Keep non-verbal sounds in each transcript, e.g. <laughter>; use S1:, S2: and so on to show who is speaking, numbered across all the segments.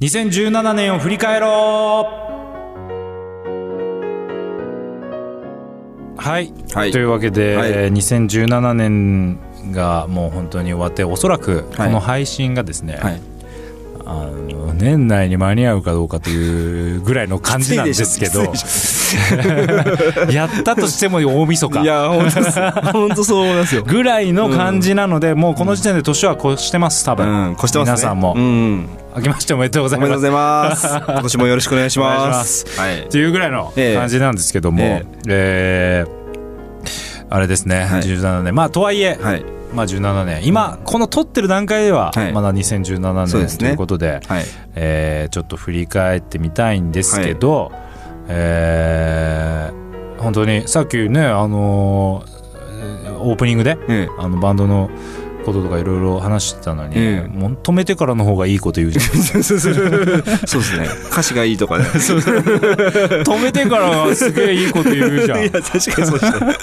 S1: 2017年を振り返ろうはい、
S2: はい
S1: というわけで、
S2: はい
S1: えー2017年がもう本当に終わっておそらくこ
S2: はい
S1: の配信がですね、
S2: はい
S1: あの年内に間に合うかどうかというぐらいの感じなんですけどやったとしても大晦日
S2: <laughs> いや本当
S1: <laughs>
S2: です本当そう思いますよ
S1: ぐらいの感じなので、もうこの時点で年は越してます多
S2: う
S1: 分、
S2: ん越してますね
S1: 皆さんも、
S2: うん
S1: 明けましておめでとうござい
S2: おめでとう
S1: ま
S2: ご
S1: す
S2: ざい
S1: <laughs>
S2: ます今年もよろしくお願いし
S1: お願いし
S2: ま
S1: ますす
S2: はい
S1: っていうぐらいの
S2: ええ
S1: 感じなんですけども、え
S2: え
S1: ーあれですね、
S2: はい
S1: 17年まあとはいえ、
S2: はい
S1: まあ、17年今この撮ってる段階では
S2: はい
S1: まだ2017
S2: そうで
S1: 年
S2: す
S1: と
S2: ね
S1: いうことで,、
S2: はい
S1: えーちょっと振り返ってみたいんですけど、えー本当にさっきねあのーえーオープニングで
S2: ええ
S1: あのバンドのこととかいろいろ話してたのに、
S2: ええ
S1: もう止めてからの方がいいこと言
S2: <laughs>
S1: うじゃん
S2: そうですね歌詞がいいと
S1: <laughs>
S2: かね
S1: 止めてからはすげえいいこと言うじゃん
S2: 確かにそうですね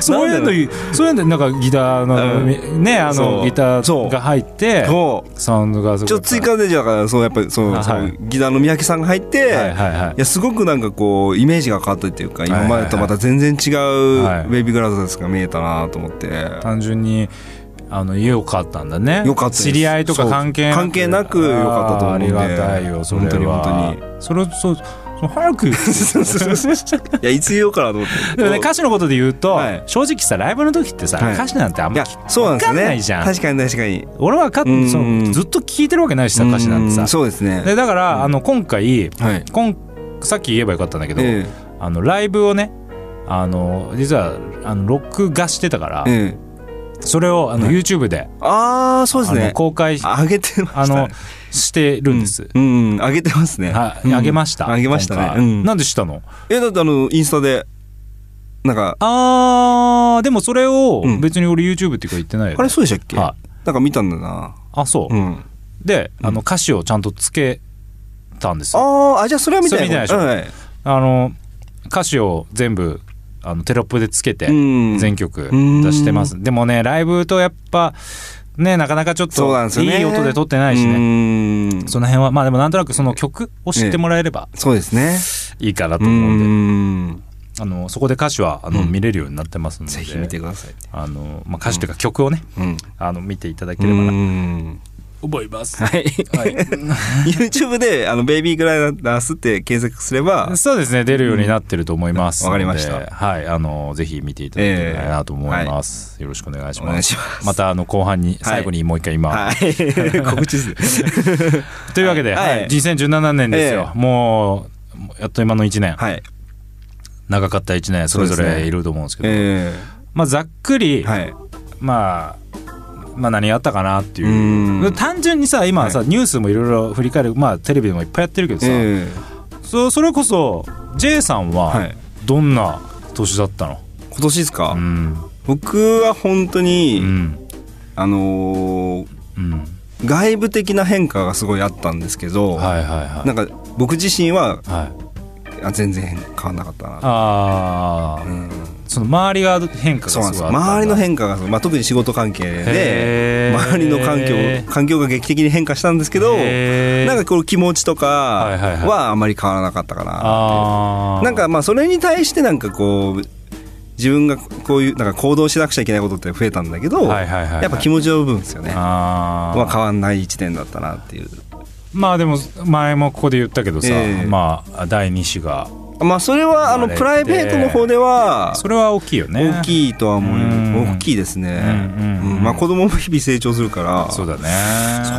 S1: そういうの言う、そういうのなんかギターの、
S2: う
S1: ね、あ
S2: そ
S1: の
S2: う
S1: ギタ
S2: そ
S1: ー
S2: う
S1: が入って、
S2: そう
S1: サウンドがすごい
S2: ちょっと追加でじゃあだからそのやっぱりそ
S1: あ
S2: のそ
S1: はい
S2: のギターの三宅さんが入って、
S1: はいは
S2: い
S1: いはい。
S2: やすごくなんかこうイメージが変わったっていうか今までとまた全然違うウ
S1: はい
S2: ェイビーグラザーズが見えたなと思って、
S1: 単純に、あの、良かったんだね。
S2: 良かったです
S1: 知り合いとか関係なく。
S2: そう関係なく良かったと思うんで
S1: あーありがたいよ、それは。
S2: 本当に本当
S1: それを、そう、その早く
S2: <laughs>
S1: 言ってよ
S2: いやいつ言おうかなと思って
S1: でもね、歌詞のことで言うと、
S2: はい
S1: 正直さ、ライブの時ってさ、
S2: はい
S1: 歌詞なんてあん
S2: い
S1: ま
S2: や、そうなんです
S1: わかんないじゃ
S2: ね
S1: ん
S2: 確かに確かに
S1: 俺はかっ
S2: うん
S1: そのずっと聴いてるわけないしさ、歌詞なんて
S2: う
S1: さ。
S2: そうですね
S1: で、だから、あの、今回、
S2: はい
S1: 今さっき言えばよかったんだけど、
S2: え
S1: あのライブをねあの実はあの録画してたから
S2: え、ええ
S1: それをあの YouTube で,、
S2: ああそうです
S1: あの
S2: ね
S1: 公開
S2: 上げてました
S1: あのしてるんです。
S2: うん、うん上げてますね
S1: はい、あげました。
S2: うん上げましたね
S1: 今回
S2: うん
S1: なんでしたの。
S2: えだってあのインスタでなんか
S1: あー、でもそれを
S2: うん
S1: 別に俺 YouTube っていうか言ってないよ、ね
S2: あれそうでしたっけ
S1: は
S2: なんか見たんだな
S1: あ、そう。
S2: うん
S1: で、あの歌詞をちゃんとつけたんですよ。
S2: あーあじゃあそれは見たい
S1: それ見たいでしょ
S2: はい
S1: あの歌詞を全部あのテロップでつけて、
S2: うん
S1: 全曲出してますでもねライブとやっぱねなかなかちょっ
S2: そうなん
S1: と
S2: ですよね
S1: いい音で撮ってないしね
S2: ね
S1: その辺はまあでもなんとなくその曲を知ってもらえれば
S2: そうですね
S1: いいかなと
S2: う
S1: 思うんで
S2: ん
S1: あのそこで歌詞はあの
S2: うん
S1: 見れるようになってますので
S2: ぜひ見てください
S1: あのまあ歌詞というか曲をね
S2: うん
S1: あの見ていただければ
S2: う
S1: なん思い <laughs> ます
S2: はい <laughs> YouTube であのベイビーグラダースって検索すれば
S1: そうですね出るようになってると思います
S2: うんわかりました
S1: のではいあのぜひ見ていただければなと思います、よろしくお願いし
S2: お
S1: ます
S2: 願いします
S1: またあの後半に最後にもう一回今、
S2: はい
S1: <laughs>
S2: 告知ですね
S1: というわけで、
S2: はい
S1: はい2017年ですよ、
S2: え
S1: もうやっと今の1年、
S2: <laughs> はい
S1: 長かった1年それぞ
S2: そうです
S1: れ
S2: ね
S1: いると思うんですけど
S2: え
S1: まあ、ざっく
S2: え
S1: り、
S2: はい
S1: まあ、まあ何やったかなっていう。
S2: うん
S1: 単純にさ今さ、ニュースもいろいろ振り返る、まあ、テレビでもいっぱいやってるけどさ、
S2: ええ
S1: そそれこそ J さん
S2: は
S1: はいどんな年だったの、
S2: 今年ですか
S1: うん
S2: 僕は本当に、
S1: うん
S2: あのー
S1: うん
S2: 外部的な変化がすごいあったんですけど、
S1: はいはいはい
S2: なんか僕自身は
S1: はい
S2: あ全然変わんなかったな、
S1: ああ、
S2: うん、
S1: その周りが変化がす
S2: そう
S1: ごいあった
S2: なんです
S1: んだ
S2: よ周りの変化が、まあ、特に仕事関係
S1: へ
S2: で
S1: ー
S2: 周りの環境環境が劇的に変化したんですけど
S1: へー
S2: なんかこう気持ちとか
S1: いはいはい
S2: はあまり変わらなかったかな、
S1: あー
S2: なんかまあそれに対してなんかこう自分がこういうなんか行動しなくちゃいけないことって増えたんだけど、
S1: はいはいはいはい
S2: やっぱ気持ちの部分ですよね
S1: あー
S2: は変わんない一年だったなっていう
S1: まあでも前もここで言ったけどさ、
S2: ええ
S1: まあ第2子が
S2: まあそれはあ
S1: 生ま
S2: の
S1: れて
S2: プライベートの方では
S1: それは大きいよね
S2: 大
S1: い
S2: きいとは思
S1: う
S2: うん大きいですね、
S1: うんうんうん
S2: うんまあ、子供も日々成長するから
S1: そうだ
S2: そっ
S1: ね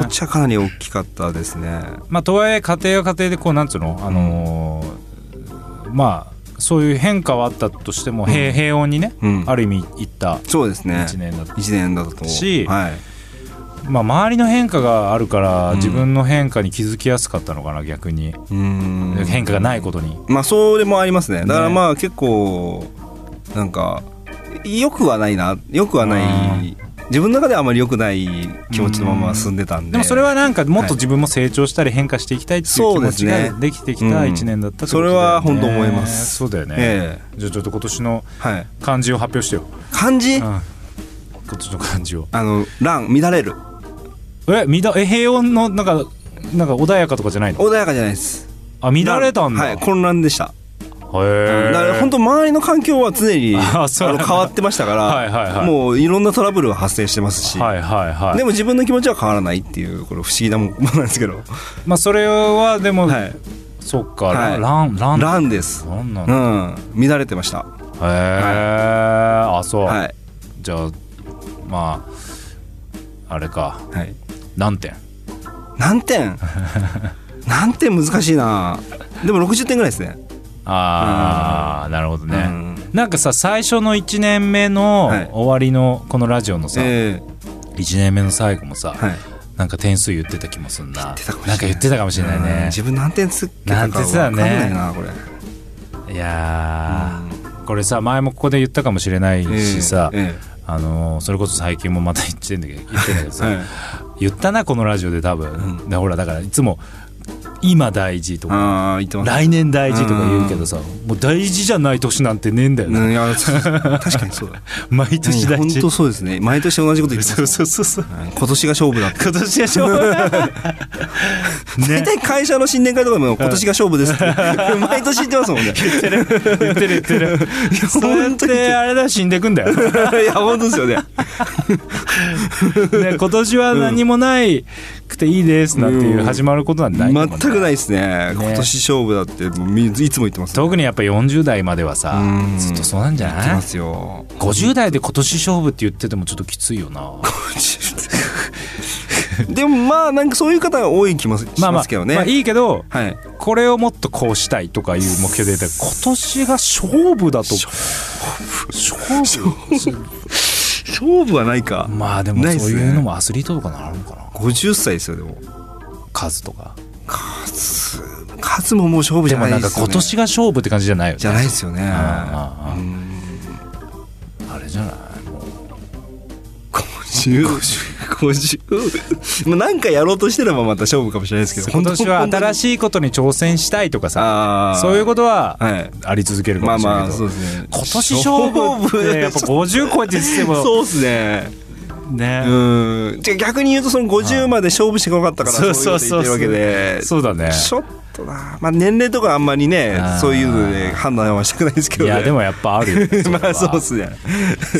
S2: ちはかなり大きかったですね
S1: まあとはいえ家庭は家庭でこうなんつうのあのーまあそういう変化はあったとしても、平平穏にね、
S2: うん
S1: ある意味いった
S2: そうですね
S1: 1年だった、
S2: 一年だったと思う
S1: し
S2: はい、
S1: まあ周りの変化があるから、自分の変化に気づきやすかったのかな逆に、
S2: うん
S1: 変化がないことに
S2: まあそれもありますねだから
S1: ね
S2: まあ結構なんかよくはないなよくはない自分の中ではあまり良くない気持ちのまま進んでたんで
S1: でもそれはなんかもっと
S2: はい
S1: 自分も成長したり変化していきたいっていう気
S2: そう
S1: 持
S2: で
S1: ち
S2: すね
S1: ができてきた1年だったってことだよね
S2: うんそれは本当思います
S1: そうだよね、
S2: え
S1: じゃあちょっと今年の
S2: えはい
S1: 漢字を発表してよ、
S2: 漢字、
S1: うん、今年の漢字を
S2: あの乱乱れる
S1: えみだえ平穏のなんかなんか穏やかとかじゃないの
S2: 穏やかじゃないです
S1: あ乱れたんだ、
S2: はい混乱でした
S1: へえ
S2: だから本当周りの環境は常に <laughs> あ
S1: あそうなん
S2: の
S1: だ
S2: 変わってましたから
S1: はいはいはい
S2: もういろんなトラブルが発生してますし、
S1: はいはいはい
S2: でも自分の気持ちは変わらないっていうこれ不思議なもんものなんですけど、
S1: まあそれはでも、
S2: はい、
S1: そっか、
S2: はい
S1: ランラン
S2: ランです、
S1: ランなん
S2: う
S1: だ、
S2: ん、乱れてました、
S1: へえ、あそう、
S2: はい
S1: じゃあまああれか
S2: はい、
S1: 何点 <laughs>
S2: 何点何点難しいなでも60点ぐらいですね
S1: ああ、なるほどね、
S2: うん
S1: なんかさ最初の1年目の
S2: はい
S1: 終わりのこのラジオのさ、
S2: え
S1: 1年目の最後もさ、
S2: えはい
S1: なんか点数言ってた気もすんな
S2: 言ってたかもしれない
S1: んか言ってたかもしれない
S2: うん
S1: ね
S2: 自分何点つけたか分かんないなこれ
S1: いやー、これさ前もここで言ったかもしれないしさ、
S2: え
S1: あのーそれこそ最近もまた言ってんだけど言ってんだけど
S2: え
S1: さ、
S2: はい
S1: 言ったなこのラジオで多分、
S2: うん
S1: でほらだからいつも「今大事」とか
S2: ああ言って
S1: 「
S2: ます
S1: 来年大事」とか言うけどさ、もう大事じゃない年なんてねえんだよな、
S2: うんいやそう確かにそ
S1: <laughs>
S2: うだ
S1: 毎年大
S2: 本
S1: 事
S2: 当そうですね毎年同じこと言って
S1: そ
S2: ま
S1: う
S2: す
S1: そうそうそう
S2: はい今年が勝負だって
S1: 今年はしょうがない
S2: 大体会社の新年会とかでも今年が勝負
S1: <laughs>
S2: ですって毎年言ってますもんね
S1: 言ってる言ってる言ってるそれっ
S2: 本当に
S1: てあれだ死んでくんだよ、ね、
S2: いや本当ですよね
S1: 今年は何もないくていいですなんていう始まることなんてないんだもんね
S2: 全くないですね
S1: ね
S2: 今年勝負だってもうみいつも言ってます
S1: 特にやっぱ40代まではさ
S2: うん
S1: ずっとそうなんじゃ
S2: 言って
S1: ない
S2: ますよ
S1: 50代で今年勝負って言っててもちょっときついよな
S2: <laughs> でもまあなんかそういう方が多い気 <laughs> もし
S1: まあま
S2: ま
S1: あ
S2: すけどね
S1: まあいいけど
S2: はい
S1: これをもっとこうしたいとかいう目標で言
S2: <laughs>
S1: ったら今年が勝負だと勝負
S2: 勝負はないか
S1: まあでも
S2: ないっす
S1: そう
S2: ね
S1: いうのもアスリートとかなるのかな
S2: 50歳ですよでも
S1: 数とか
S2: 数ももう勝負
S1: で
S2: じゃ
S1: も
S2: ない
S1: な
S2: で
S1: ん
S2: す
S1: か
S2: よ、ね、
S1: 今年が勝負って感じじゃないよね
S2: じゃないですよね
S1: あああ
S2: うん
S1: あれじゃないもう
S2: 50 50まあなんかやろうとしてればまた勝負かもしれないですけど
S1: 今年は新
S2: い
S1: しいことに挑戦したいとかさ
S2: ああ
S1: そういう
S2: こ
S1: ことは
S2: とはい
S1: あり続けるか
S2: まあ
S1: もしれ
S2: ま
S1: ない
S2: あ
S1: けど
S2: そう <laughs> ですね
S1: 今年勝負ってやっぱ50超えてしても
S2: そうですね
S1: ね
S2: うんじゃあ逆に言うとその50まで勝負してこなかったから
S1: そう
S2: そういうこと言ってるわけで
S1: そうだね
S2: ちょっとなまあ年齢とかあんまりね
S1: あー
S2: そういうので判断はしたくないですけ
S1: い
S2: どね
S1: やでもやっぱあるよねれは
S2: <laughs> まあそうですね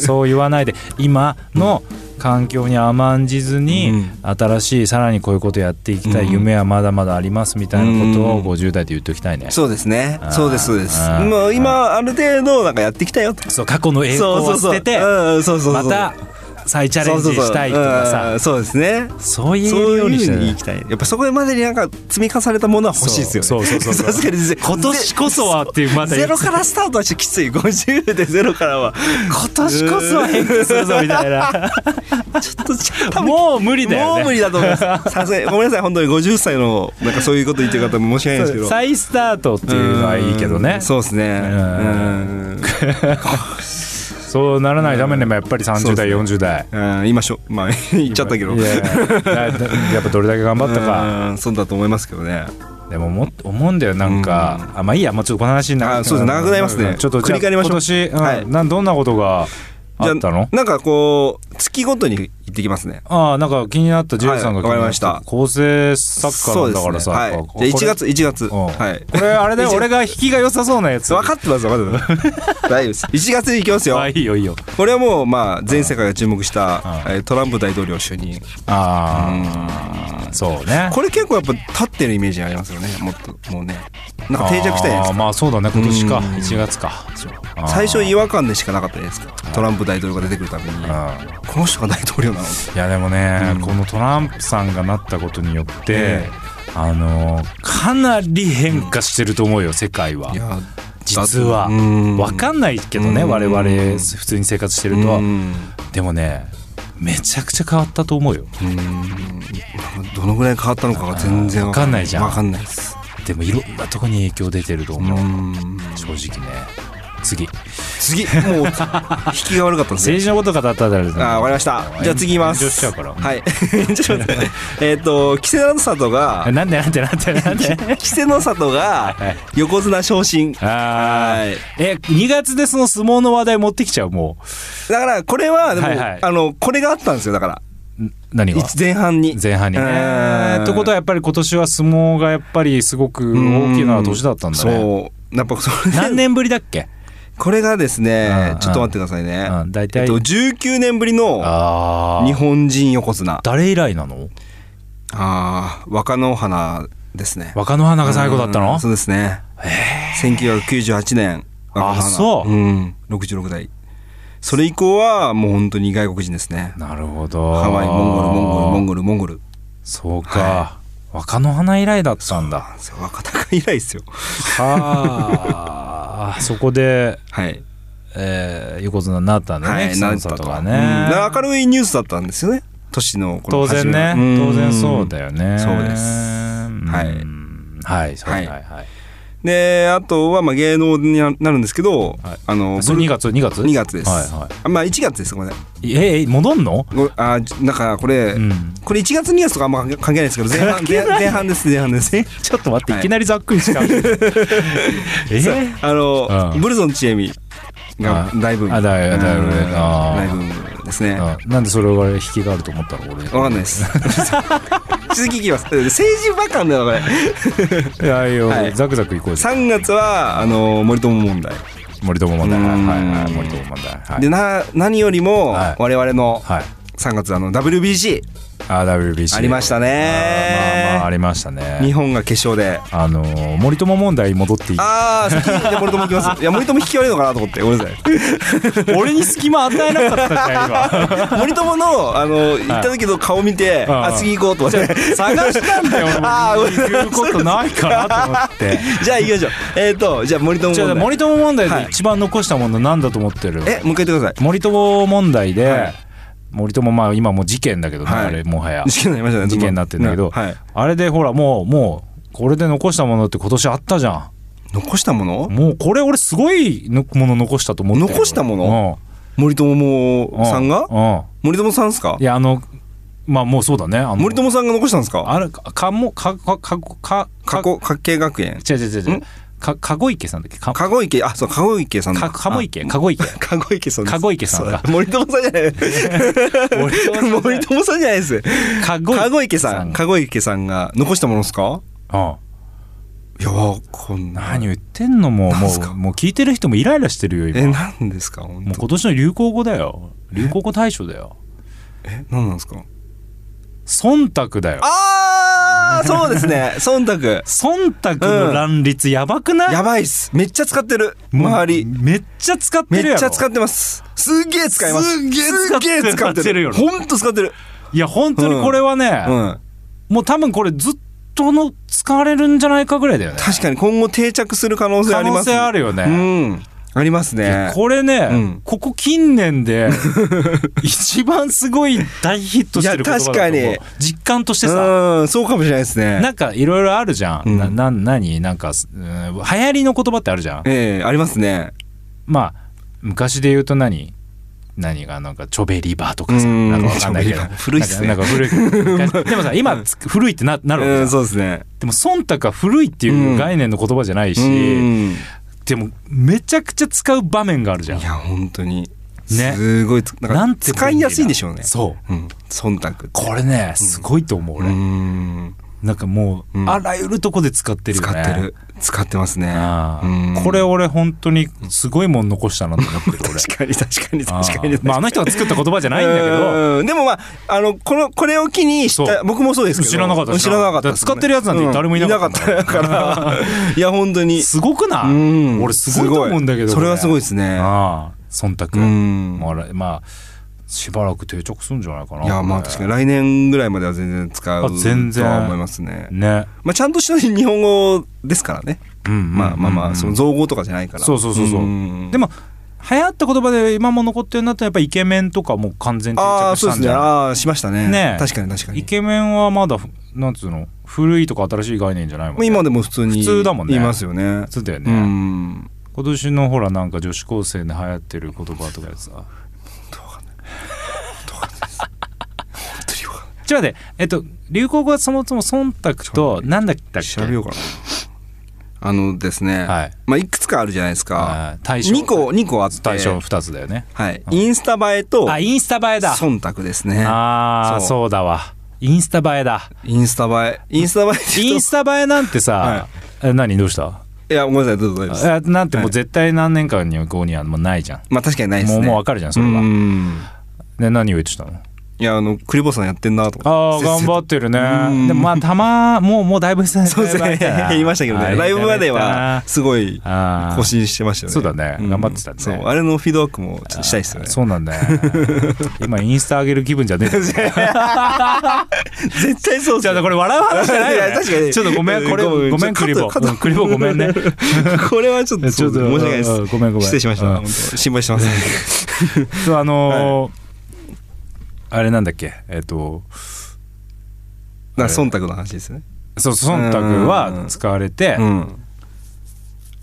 S1: そう言わないで今の環境に甘んじずに、
S2: うん
S1: 新しいさらにこういうことやっていきたい、
S2: うん
S1: 夢はまだまだありますみたいなこと
S2: う
S1: を
S2: ん
S1: 50代で言っておきたいね、
S2: そうですね
S1: あー
S2: そうですそうです
S1: あー
S2: もう今ある程度なんかやってきたよと
S1: そう過去の栄光を捨てて
S2: そうそうそううんそうそうそう
S1: また再チャレンジしたいとかさ
S2: そうそうそううんそうですね
S1: そう言
S2: そ
S1: える
S2: う
S1: よう
S2: い
S1: に
S2: う
S1: し
S2: ふ
S1: て
S2: う
S1: ね
S2: にいきたいやっぱそこまでになんか積み重ねたものは欲しいですよね
S1: そうそう
S2: <laughs>
S1: そうそう
S2: さすがにぜ
S1: 今年こそはっていうまた
S2: ゼロからスタートはちょっときつい50でゼロからは
S1: 今年こそは変化するぞみ
S2: <laughs>
S1: たいな
S2: ちょっとちょっと
S1: もう無理だよね
S2: もう無理だと思います。
S1: <laughs>
S2: さすがにごめんなさい本当に50歳のなんかそういうこと言ってる方も申し訳ないんですけど。
S1: 再スタートっていうのはいいけど
S2: う
S1: ね
S2: んそうですね。
S1: ん
S2: うん
S1: そうならないためにもやっぱり
S2: そう
S1: 30代、
S2: で
S1: 40代
S2: うん今しょま
S1: <laughs>
S2: あ言っちゃったけど。
S1: いやいやだやっぱどれだけ頑張ったか
S2: うんそうだと思いますけどね。
S1: でも思っ思うんだよなんか、あまあいいやもうちょっとこの話にな
S2: あそうです長くなりますね
S1: ちょっとじゃあ
S2: 繰り返りましょう
S1: 今年、うん
S2: はい
S1: なんどんなことが
S2: じ
S1: あ
S2: ゃ
S1: ったの
S2: なんかこう月ごとに行ってきますね。
S1: ああなんか気になったジュエさんが気
S2: はいわか
S1: に
S2: り
S1: な
S2: ま
S1: っ
S2: した
S1: 構成作家なんだからさ、
S2: そうですねはい。じゃあ1月1月。
S1: うん
S2: はい。
S1: これあれだよ
S2: 一月
S1: 俺が引きが良さそうなやつ
S2: 分かってます
S1: <laughs>
S2: 分かってます。大丈夫です。1月に行きますよ。
S1: あいいよいいよ
S2: これはもうまあ全世界が注目した
S1: うん
S2: えートランプ大統領就任。
S1: ああそうね
S2: これ結構やっぱ立ってるイメージありますよねもっともうねなんか定着したじゃないです
S1: あー
S2: か
S1: まあそうだね今年か
S2: うん
S1: 1月かあー
S2: 最初違和感でしかなかったじゃないですかトランプ大統領が出てくるたびに
S1: うん
S2: この人が大統領なの
S1: いやでもね、
S2: うん
S1: このトランプさんがなったことによって、
S2: え
S1: あのかなり変化してると思うよ世界は実はわ
S2: 分
S1: かんないけどね
S2: うん
S1: 我々普通に生活してるとでもねめちゃくちゃ変わったと思うよ
S2: どのぐらい変わったのかが全然
S1: わかんないじゃん
S2: 分かんないです
S1: でもいろんなとこに影響出てると
S2: う
S1: 思う、
S2: ん
S1: 正直ね次
S2: 次もう引きが悪かったんですね
S1: 政治のこと語ったらあれだ
S2: あーわかりましたじゃあ次いきます
S1: 炎上しちゃうから、
S2: はいちょっと待ってえっと稀勢の里が
S1: なんでなんでなんでなんで
S2: <laughs> 稀勢の里が横綱昇進
S1: あ
S2: は
S1: ー
S2: い
S1: え2月でその相撲の話題持ってきちゃうも
S2: だからこれはでも、
S1: はいはい
S2: あのこれがあったんですよだから
S1: う何が
S2: 一前半に
S1: 前半にね。
S2: うん
S1: ってことはやっぱり今年は相撲がやっぱりすごく大きな年だったんだね。
S2: そうやっぱそ
S1: <laughs>
S2: れ
S1: 何年ぶりだっ
S2: <laughs>
S1: け
S2: これがです
S1: う
S2: ね
S1: ん
S2: ちょっと待ってくださいね
S1: うん大体
S2: えっと19年ぶりの
S1: ああ。
S2: 日本人横綱
S1: 誰以来なの
S2: あー若乃花ですね
S1: 若野花が最後だった
S2: う
S1: の
S2: んそうですね1998年若乃花
S1: あそう
S2: うん66代それ以降はもう本当に外国人ですね
S1: なるほど。
S2: ハワイモンゴルモンゴルモンゴルモンゴル
S1: そうか。若野花以来だったんだ。
S2: そう若隆以来ですよ
S1: は <laughs> あ。そこで、
S2: はい
S1: えー横綱になったんだね。久
S2: なん
S1: 々とか
S2: うんだから
S1: ね。
S2: 明るいニュースだったんですよね年のこ
S1: 当
S2: の
S1: 然ね。
S2: 初め
S1: 当然
S2: う
S1: そ
S2: ん
S1: うだよね。
S2: そうですはい
S1: うんはい。はい。はい。はい。
S2: であとはまあ芸能にななるんですけど、
S1: はい
S2: あの
S1: それ2月2月
S2: 2月です、
S1: はいは
S2: あまあ1月ですごめんなさい
S1: いええ戻んの
S2: ごあじなんかこれ、
S1: うん
S2: これ1月2月とかあんま関係ないですけど前半
S1: 関係
S2: 前
S1: ない
S2: 前半です前半で
S1: <laughs>
S2: すえ
S1: ちょっと待って、
S2: はい
S1: い、きなりざっくりし
S2: <laughs>
S1: かえー
S2: あの、
S1: うん
S2: ブルゾンちえみが大ブーム
S1: あだいだいぶ
S2: うん
S1: あー
S2: 大ブームですねわ
S1: あなんでそれ俺引きがあると思ったの俺
S2: かんないです
S1: <laughs>
S2: 続きいきます政治バカなんだよこれ
S1: いやいや、
S2: はい
S1: ザクザクいこうぜ
S2: 3月はあの森友問題、
S1: 森友問題はい
S2: うん
S1: はいはい森友問題はい
S2: でな何よりも
S1: はい
S2: 我々の
S1: はい
S2: 3月あの WBC
S1: あ WBC
S2: ありましたね
S1: あーまあまあありました
S2: 日
S1: ね
S2: 本が決勝で
S1: あのー森友問題戻っていい
S2: ああ、先に、じゃあ森友行
S1: <laughs>
S2: きます。いや、森友引き割れるのかなと思って、ごめんなさい。
S1: 俺に隙間与えなかったじゃん今
S2: <laughs> 森友の、あの、行った時の顔見て、
S1: うん
S2: あ、次行こうと思って。
S1: 探したんだよ俺も
S2: あーごめんなさい
S1: 言うことないかなと思って
S2: <laughs> じゃあ行きましょう。えっと、じゃあ森友
S1: じゃあ
S2: 問題。
S1: 森友問題
S2: はい
S1: で一番残したものなんだと思ってる、
S2: え、もう一回言ってくださ
S1: 森友問題で、
S2: はい
S1: 森友まあ今もう事件だけどね、
S2: はい
S1: あれもはや
S2: い。事件になりましたね。
S1: 事件になってんだけど、
S2: はい。
S1: あれでほらもうもうこれで残したものって今年あったじゃ
S2: 残したもの
S1: んもうこれ俺すごいのもの残したと思ってる
S2: 残したもの森友
S1: うん
S2: さんが
S1: う
S2: 森友さんですか
S1: んいやあのまあもうそうだねあの
S2: 森友さんが残したんですか
S1: あれかかもかかかか
S2: 加古、加計学園。
S1: 違う違う違うんか籠池さんだっけかか
S2: 籠池、あ、そう、籠池さんだ。
S1: 籠池籠池
S2: あ。 <laughs> 籠池さんです。
S1: 籠池さんだ
S2: そう森友さんじ
S1: <laughs>
S2: ゃない。森友さんじゃないです。
S1: 籠
S2: 籠池さん、
S1: が
S2: 籠池さんが残したものですか
S1: うん
S2: いやわかんない。
S1: 何言ってんのもう
S2: な
S1: も
S2: んすか
S1: うもう聞いてる人もイライラしてるよ今
S2: え、何ですか本
S1: もう
S2: 当
S1: 今年の流行語だよ流行語大賞だよ
S2: え、何なんですか
S1: 忖度だよ
S2: あー、そうです
S1: <laughs>
S2: ね。忖度。
S1: 忖度の乱立やばくない、
S2: やばいっす。めっちゃ使ってる。
S1: もう
S2: 周り。
S1: めっちゃ使って
S2: め
S1: るやろ
S2: っちゃ使ってます。すっげえ使います。
S1: すっげー使ってる
S2: すっげー使っ
S1: 使ってる <laughs> よ
S2: ほんと使ってる。
S1: いや本当にこれはね、
S2: うん。
S1: もう多分これずっとの使われるんじゃないかぐらいだよね
S2: 確かに今後定着する可能性あ
S1: 可
S2: り
S1: 能
S2: ます。
S1: 性あるよね、
S2: うん。あります
S1: いや
S2: ね。
S1: これね、
S2: うん
S1: ここ近年
S2: <laughs>
S1: で一番すごい大ヒットしてる言葉だと思う
S2: いや確か
S1: 実感としてさ、
S2: うん、そうかもしれないですね。
S1: なんかいろいろあるじゃん。
S2: うん
S1: な、な、何なんか、うん流行りの言葉ってあるじゃん。
S2: ええ、ありますね。
S1: まあ、昔で言うと何何がなんかチョベリバーとかさ、
S2: うん
S1: なんかわかんないけど
S2: チョベリバー古いっすね
S1: なんかなんか古い
S2: <laughs>
S1: 昔。でもさ、今つ古いってななるわけじ
S2: う
S1: ゃ
S2: ん、
S1: ん。
S2: そうですね。
S1: でも忖度は古いっていう概念の言葉じゃないし、
S2: うん。
S1: でもめちゃくちゃ使う場面があるじゃん
S2: い。や本当にね
S1: ね
S2: すごいつなんか
S1: なんて便利な
S2: 使いやすいんでしょうね
S1: そう。
S2: うん忖度って
S1: これね、すごいと思う、
S2: う
S1: 俺。
S2: ん
S1: なんかもう、
S2: うん
S1: あらゆるとこで使ってるよ
S2: 使
S1: ね。
S2: ってる使ってますね
S1: ああ
S2: うん
S1: これ俺本当にすごいもん残したなと思ってる俺。
S2: <laughs> 確かに確かに確かに
S1: あーまああの人が作った言葉じゃないんだけど
S2: うんでもまああのこのこれを機に知っ
S1: そ
S2: た
S1: う
S2: 僕もそうですけど
S1: 知らなかった
S2: 知らなかったです
S1: 使ってるやつなんて誰もいなかった
S2: うんいなかったから
S1: <laughs>
S2: いや本当に
S1: すごくな
S2: う
S1: い、
S2: ん
S1: 俺すごいと思うんだけど
S2: すごいそれはすごい
S1: い
S2: ですね
S1: ああ忖
S2: う
S1: 度、
S2: ん
S1: まあ、まあしばらく定着するんじゃないかない
S2: いやまあ確かに来年ぐらいまでは全然使
S1: あ
S2: う
S1: 全然
S2: とは思いますね
S1: ね
S2: まあちゃんとした日本語ですからね
S1: うんうんうん
S2: まあまあまあ、その造語とかじゃないから。
S1: そうそうそうそうんでも流行った言葉で今も残ってるなったらやっぱイケメンとかもう完全に定
S2: ああ、
S1: 着し
S2: そう
S1: た
S2: で
S1: んじ
S2: すね。
S1: ゃない
S2: ああ、しましたね。
S1: ねえ
S2: 確かに確か
S1: イ
S2: に。
S1: ケメンはまだふなんつうの古いとか新しい概念じゃないもんね
S2: 今でも普通に。
S1: 普通だもんね
S2: いますよね。
S1: そうだよね、
S2: うん。
S1: 今年のほらなんか女子高生で流行ってる言葉とかでさ
S2: 本当によかっ
S1: ちょっと待ってえっと流行語はそもそも忖度となんだったっけ
S2: た調べようかな。あのですね、
S1: はい
S2: まあ、いくつかあるじゃないですか。
S1: あー対象
S2: 2個、二個あって、
S1: 対象2つだよね
S2: はい。インスタ映えと、
S1: あインスタ映えだ
S2: 忖度ですね。
S1: ああ
S2: そう
S1: そうだわインスタ映えだ
S2: インスタ映え。インスタ映えって言うと
S1: インスタ映えなんてさ、え何どうした
S2: いや、ごめんなさい、どうぞどうぞ。
S1: えなんてもう絶対何年間にこうにはもうないじゃん、
S2: まあ確かにないです
S1: も
S2: ね。
S1: うもうわかるじゃんそれは、
S2: うん
S1: で何を言ってたの
S2: いや、あの、クリボーさんやってんなと
S1: ああ
S2: せっ
S1: 頑
S2: せと
S1: 張ってるね
S2: うん
S1: でもまあたまもうもうだいぶそう
S2: そう <laughs> ですね。減りましたけどね。ライブまでは、すごい、
S1: あ
S2: 更新してましたよね。
S1: そうだね
S2: ん
S1: 頑張ってたね
S2: そう、あれのフィードバックもちょっとしたいですよね。
S1: そうなんだよ
S2: <laughs>
S1: 今インスタ上げる気分じゃねえんだよ
S2: 絶対そうっす
S1: じ
S2: よ
S1: ゃあこれ笑う話じゃないよ
S2: いや確か
S1: ね
S2: に
S1: ちょっとごめんこれ
S2: ごめん
S1: ごめん
S2: ち
S1: ク
S2: ょ
S1: リ
S2: っと
S1: ボ
S2: カット
S1: ーうんクリボーごめんね
S2: これはちょっと、
S1: ち
S2: ち
S1: ょ
S2: ょ
S1: っ
S2: っ
S1: と
S2: と、申し訳ないで
S1: うん
S2: す。
S1: ごめんごめん
S2: 失礼しまし
S1: うん
S2: た。本当心配してます。
S1: <laughs> そうあのーあれなんだっけえっと
S2: なんか忖度の話ですね。
S1: そう忖度は使われて
S2: うん。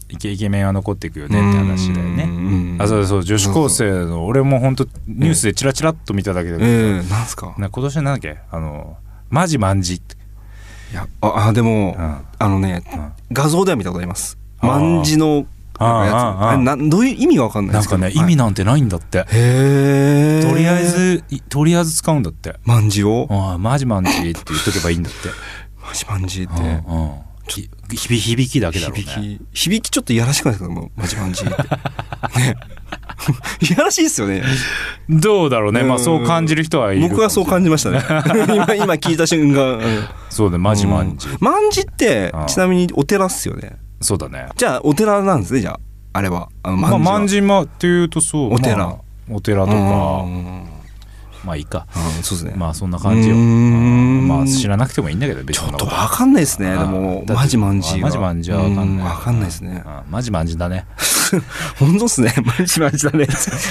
S1: イケイケメンは残っていくよねって話だよ
S2: う
S1: ね
S2: ん
S1: あそうそう女子高生の俺も本当ニュースでチラチラっと見ただけで
S2: ええ、なんすか。
S1: な今年はなんだっけあのマジマンジって、
S2: いや、あ、あでも、
S1: うん
S2: あのね、
S1: ん
S2: 画像では見たことあります。
S1: あー
S2: 万字のなん
S1: あーあー
S2: かやつ。あれなどういう意味がわかんない
S1: な
S2: で
S1: ん
S2: すけ
S1: か
S2: ど
S1: ね、意味
S2: の。
S1: なんてないんだって、
S2: へえ。
S1: とりあえ。ずいとりあえず使うんだって
S2: 万字を。
S1: ああマジマンジって言っとけばいいんだ
S2: <laughs>
S1: って
S2: マジ万字って。
S1: うんうんひひ響きだけだろう
S2: 響
S1: ね
S2: き、響きちょっといやらしくないですかもう、マジマンジ
S1: <laughs>
S2: って。ね。 <laughs> いやらしいですよね。
S1: どうだろうねまあ
S2: うん
S1: そう感じる人はいる
S2: 僕はそう感じましたね。 <laughs> 今、今聞いた瞬間。うん
S1: じそうだねマジマンジ
S2: うん万字って
S1: うん、
S2: ちなみにお寺っすよね。
S1: そうだね
S2: じゃあ、お寺なんですね、じゃあ。あれは。あの、
S1: まあ
S2: 万字は。
S1: 万字まっていうとそう
S2: お寺
S1: まあお寺と
S2: うん
S1: か
S2: うんうん
S1: まあいいか
S2: うんそうですね。
S1: まあそんな感じよ
S2: うーん
S1: うんまあ知らなくてもいいんだけど別
S2: ち
S1: に
S2: ょ
S1: そんな
S2: っと
S1: こと
S2: わかんないですね。で
S1: あ
S2: も、
S1: ー
S2: マジマンジ
S1: あ
S2: ーは。
S1: マジマンジーはわかんない
S2: わかんないですね。
S1: あマジマンジだね
S2: 本当っすね。 <laughs> マジマンジーだね。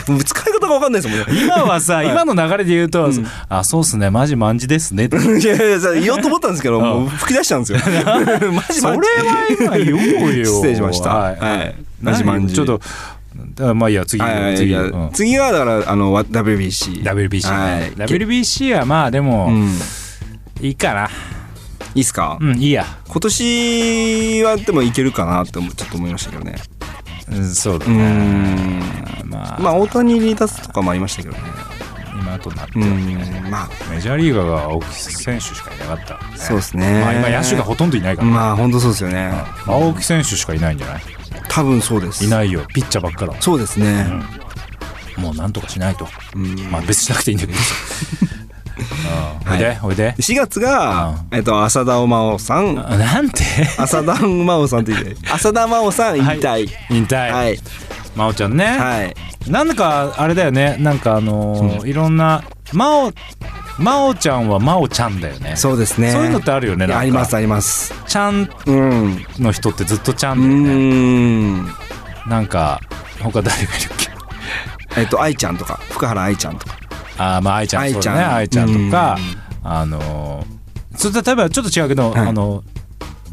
S2: もう使い方がわかんないですもんね。 <laughs>
S1: 今はさ、今の流れで言うと、あ、そうっすね、マジマンジです <laughs> ねって。
S2: いやいやいや、言おうと思ったんですけど、もう吹き出したん
S1: <laughs>
S2: ですよ。マジマンジー
S1: それは今言おうよ。
S2: 失礼しました。
S1: はい。
S2: はい。
S1: マ
S2: マ
S1: ジ
S2: ジ
S1: マ
S2: マ
S1: ン
S2: ン
S1: ジ。
S2: ジ
S1: ちょ
S2: ー
S1: っと、あまあいいや、次、
S2: はいはい
S1: 次。
S2: いや
S1: うん
S2: 次は、だから、あの、わ WBC。
S1: WBC
S2: は
S1: ね
S2: い。。
S1: WBC はまあで
S2: う
S1: も、
S2: ん。
S1: いいかな。
S2: いいっすか
S1: うん、いいや。
S2: 今年はでもいけるかなって思ちょっと思いましたけどね。
S1: うんそうだ
S2: うー
S1: ね。
S2: ん。
S1: まあ、
S2: まあ、大谷に立つとかもありましたけどね。
S1: 今となって
S2: う
S1: は
S2: ん。まあ、
S1: メジャーリーガーが青木選手しかいなかったからね。
S2: そうですね
S1: まあ今、野手がほとんどいないからね。
S2: まあ本当そうですよね。
S1: 青木選手しかいないんじゃない
S2: 多分そうです。
S1: いないよ。ピッチャーばっかだもん
S2: そうですね。
S1: もうなんとかしないと。
S2: うん
S1: まあ別にしなくていいん
S2: <laughs>
S1: だけど。うんおいで、おいで。
S2: 4月が、えっと、浅田真央さん、
S1: あなんて
S2: 浅田真央さんって言って、浅田真央さん引退。
S1: 引退。
S2: はい。
S1: 真央ちゃんね。
S2: はい。
S1: なんだかあれだよね。なんかあのーいろんな、真央、真央ちゃんは真央ちゃんだよね。
S2: そうですね。
S1: そういうのってあるよね
S2: い
S1: なんか
S2: やあります、あります。
S1: ちゃん
S2: うん。う
S1: の人ってずっとちゃんだよね。
S2: ーん。
S1: なんか、他誰がいるっけ <laughs>
S2: えっと、愛ちゃんとか、福原愛ちゃんとか。
S1: あーまあ愛ちゃん
S2: 愛
S1: そう
S2: ちゃ
S1: だ
S2: ん
S1: ね愛ちゃんとかあのーそれ例えばちょっと違うけど、
S2: はい
S1: あの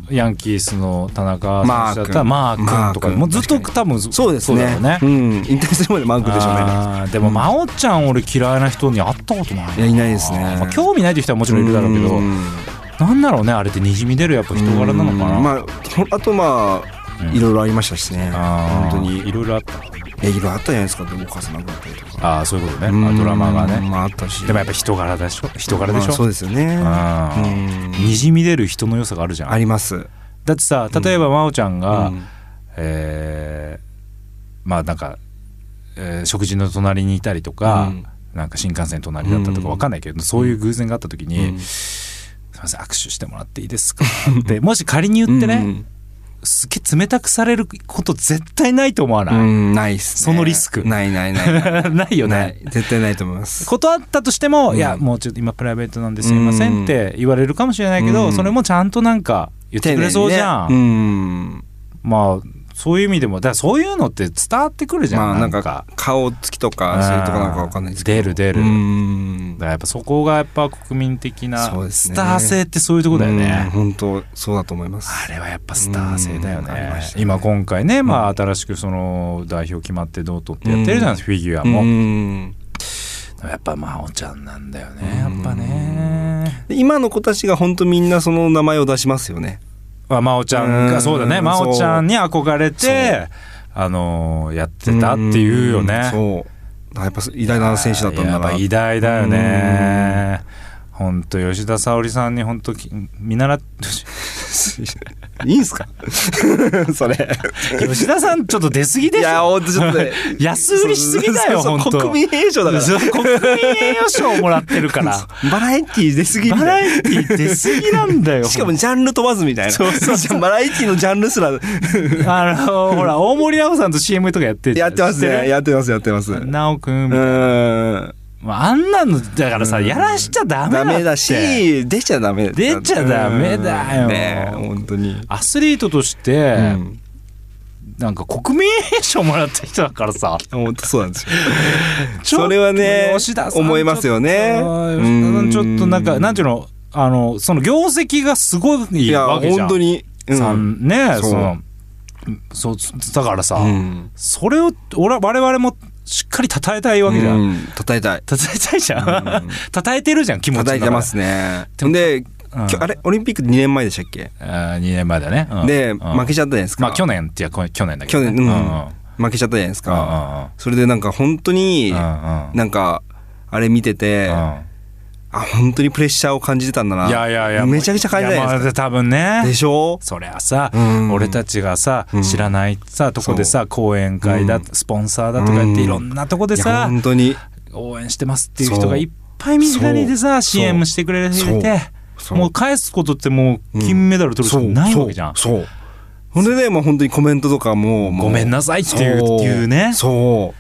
S1: ヤンキースの田中選手だったらマ
S2: マ
S1: ー
S2: ー君
S1: 君とか
S2: マー君
S1: もうずっと
S2: 確か
S1: 多分そ
S2: そうです
S1: だ
S2: ね
S1: よ。ね
S2: う。ん。引退するまでマークでしょうね。
S1: あーでも真央ちゃん俺嫌いな人に会ったことない
S2: いやいないですね
S1: まあ興味ないっていう人はもちろんいるだろうけど
S2: ん
S1: なんだろうねあれってにじみ出るやっぱ人柄なのかな、
S2: うんまあ、ほんあとまあ、いろいろありましたしね。
S1: あー
S2: 本当に。
S1: いろいろあった
S2: いやいろいろあったじゃないですか、でもお母さん亡くなったりとか。
S1: ああそういうことねあドラマが
S2: うん
S1: ね
S2: まああったし。
S1: でもやっぱ人柄でしょ人柄でし
S2: まあそう
S1: ょ、
S2: ですよね。
S1: あー
S2: うん
S1: にじみ出る人の良さがあるじゃん
S2: あります。
S1: だってさ例えば真央ちゃんが、
S2: うん
S1: えーまあなんか、えー食事の隣にいたりとか、
S2: うん
S1: なんか新幹線の隣だったとかわかんないけど、そういう偶然があった時に「
S2: うん
S1: すいません握手してもらっていいですか?」
S2: <laughs>
S1: ってもし仮に言ってね、
S2: うん
S1: すっげえ冷たくされること絶対ないと思わ
S2: う
S1: ない、
S2: ん、ないっす
S1: そ
S2: ね。
S1: のリスク
S2: ないないないない。
S1: <laughs> ないよ
S2: な
S1: ね
S2: い。絶対ないと思います。
S1: 断ったとしても、
S2: うん
S1: いやもうちょっと今プライベートなんですいませんって言われるかもしれないけど、
S2: うん
S1: それもちゃんとなんか言ってくれそうじゃん、
S2: 丁寧にね
S1: まあそういう意味でもだからそういうのって伝わってくる
S2: うん。
S1: じゃん、
S2: まあ
S1: な
S2: なんん
S1: か
S2: か顔つきとかそういうとかなんかわかんないですけど。
S1: 出る出る、
S2: うん
S1: だからやっぱそこがやっぱ国民的な
S2: そうです
S1: ス
S2: ね
S1: ター性ってそういうとこだよ
S2: うん
S1: ね、
S2: 本当そうだと思います。
S1: あれはやっぱスター性だよ
S2: うんあり
S1: ね
S2: ましたね
S1: 今今回ね、まあ、新しくその代表決まってどうとってやってるじゃないですか、フィギュア
S2: う
S1: も、
S2: ん
S1: やっぱ真央ちゃんなんだよねやっぱね
S2: 今の子たちが本当みんなその名前を出しますよね。
S1: あ真央ちゃん
S2: う
S1: が
S2: ん
S1: そうだね真央ちゃんに憧れてあのーやってたっていうよね
S2: そうやっぱ偉大な選手だったんだ
S1: やっぱ
S2: な
S1: 偉大だよね本当吉田沙保里さんに本当き見習って <laughs> ほしい
S2: いいんすかそれ
S1: 吉田さんちょっと出過ぎ
S2: い
S1: でし
S2: や
S1: ょ
S2: ほんとちょっとね
S1: 安売りしすぎだよ
S2: そうそ
S1: 本
S2: う
S1: 当
S2: 国民栄誉賞だから
S1: そう国民栄誉賞もらってるから
S2: バラエティー出すぎみ
S1: バ
S2: たいな
S1: ラエティー出過ぎなんだよ
S2: しかもジャンル飛ばずみたいな。
S1: そうそうそ
S2: バラエティのジャンルすら
S1: あのーほら大森奈緒さんと CM とかやってるじゃ
S2: や
S1: ん
S2: ってます
S1: 知
S2: ね。
S1: る
S2: やってます、やってます。うーん。
S1: 奈緒くんみたいなまあ、あんなのだからさ、やらしちゃダメだ
S2: ダ
S1: って
S2: メだし、出ちゃダメだ。
S1: 出ちゃダメだよ
S2: うんねえ本当に。
S1: アスリートとして、
S2: うん。
S1: なんか国民栄誉もらった人だからさ
S2: 本当そうなんですよ。
S1: <laughs> ちょっと
S2: それはね
S1: 吉田さん
S2: 思いますよね
S1: ちょっと吉田さんちょっとなんか
S2: うん
S1: なんていうのあのその業績がすご
S2: い
S1: い
S2: や、
S1: わけじゃん
S2: 本当に。うん
S1: さんね
S2: そう
S1: そのそうだからさ、
S2: うん。
S1: それを俺は我々もしっかり称えたいわけじゃん、
S2: うん。叩いたい。
S1: 称えたいじゃん、
S2: う
S1: 称えてるじゃん気持ちの中
S2: 叩
S1: で
S2: いてますね。で、
S1: うん
S2: 今日あれオリンピック2年前でしたっけ
S1: あー2年前だね、うん
S2: で、
S1: うん
S2: 負けちゃったじゃないですか。
S1: まあ去年っていうか去年だけ
S2: 去
S1: どね、
S2: 年、うん。負けちゃったじゃないです
S1: うんうん
S2: か。それでなんか本当
S1: うん
S2: に
S1: う、んうん
S2: なんか、あれ見てて、
S1: う
S2: あ、本当にプレッシャーを感じてたんだ
S1: ん
S2: な。
S1: いやいやいや
S2: めちゃくちゃ感じたじゃない
S1: や
S2: です
S1: まあ多分
S2: か。で
S1: ね
S2: しょ
S1: そりゃさ、
S2: うん
S1: 俺たちがさ、
S2: うん
S1: 知らないさとこでさ講演会だ、
S2: うん
S1: スポンサーだとか言って
S2: うん
S1: いろんなとこで
S2: いや
S1: さ、
S2: 本当に。
S1: 応援してますっていう
S2: そ
S1: 人
S2: う
S1: がいっぱい身近にいてさ
S2: そう
S1: CM してくれて
S2: そうそう
S1: もう返すことってもう金メダル取るしかないわけじゃん、
S2: そう。そうほんでね、もう本当にコメントとかも、もう
S1: ごめんなさいっていう
S2: そ
S1: っていうね
S2: そ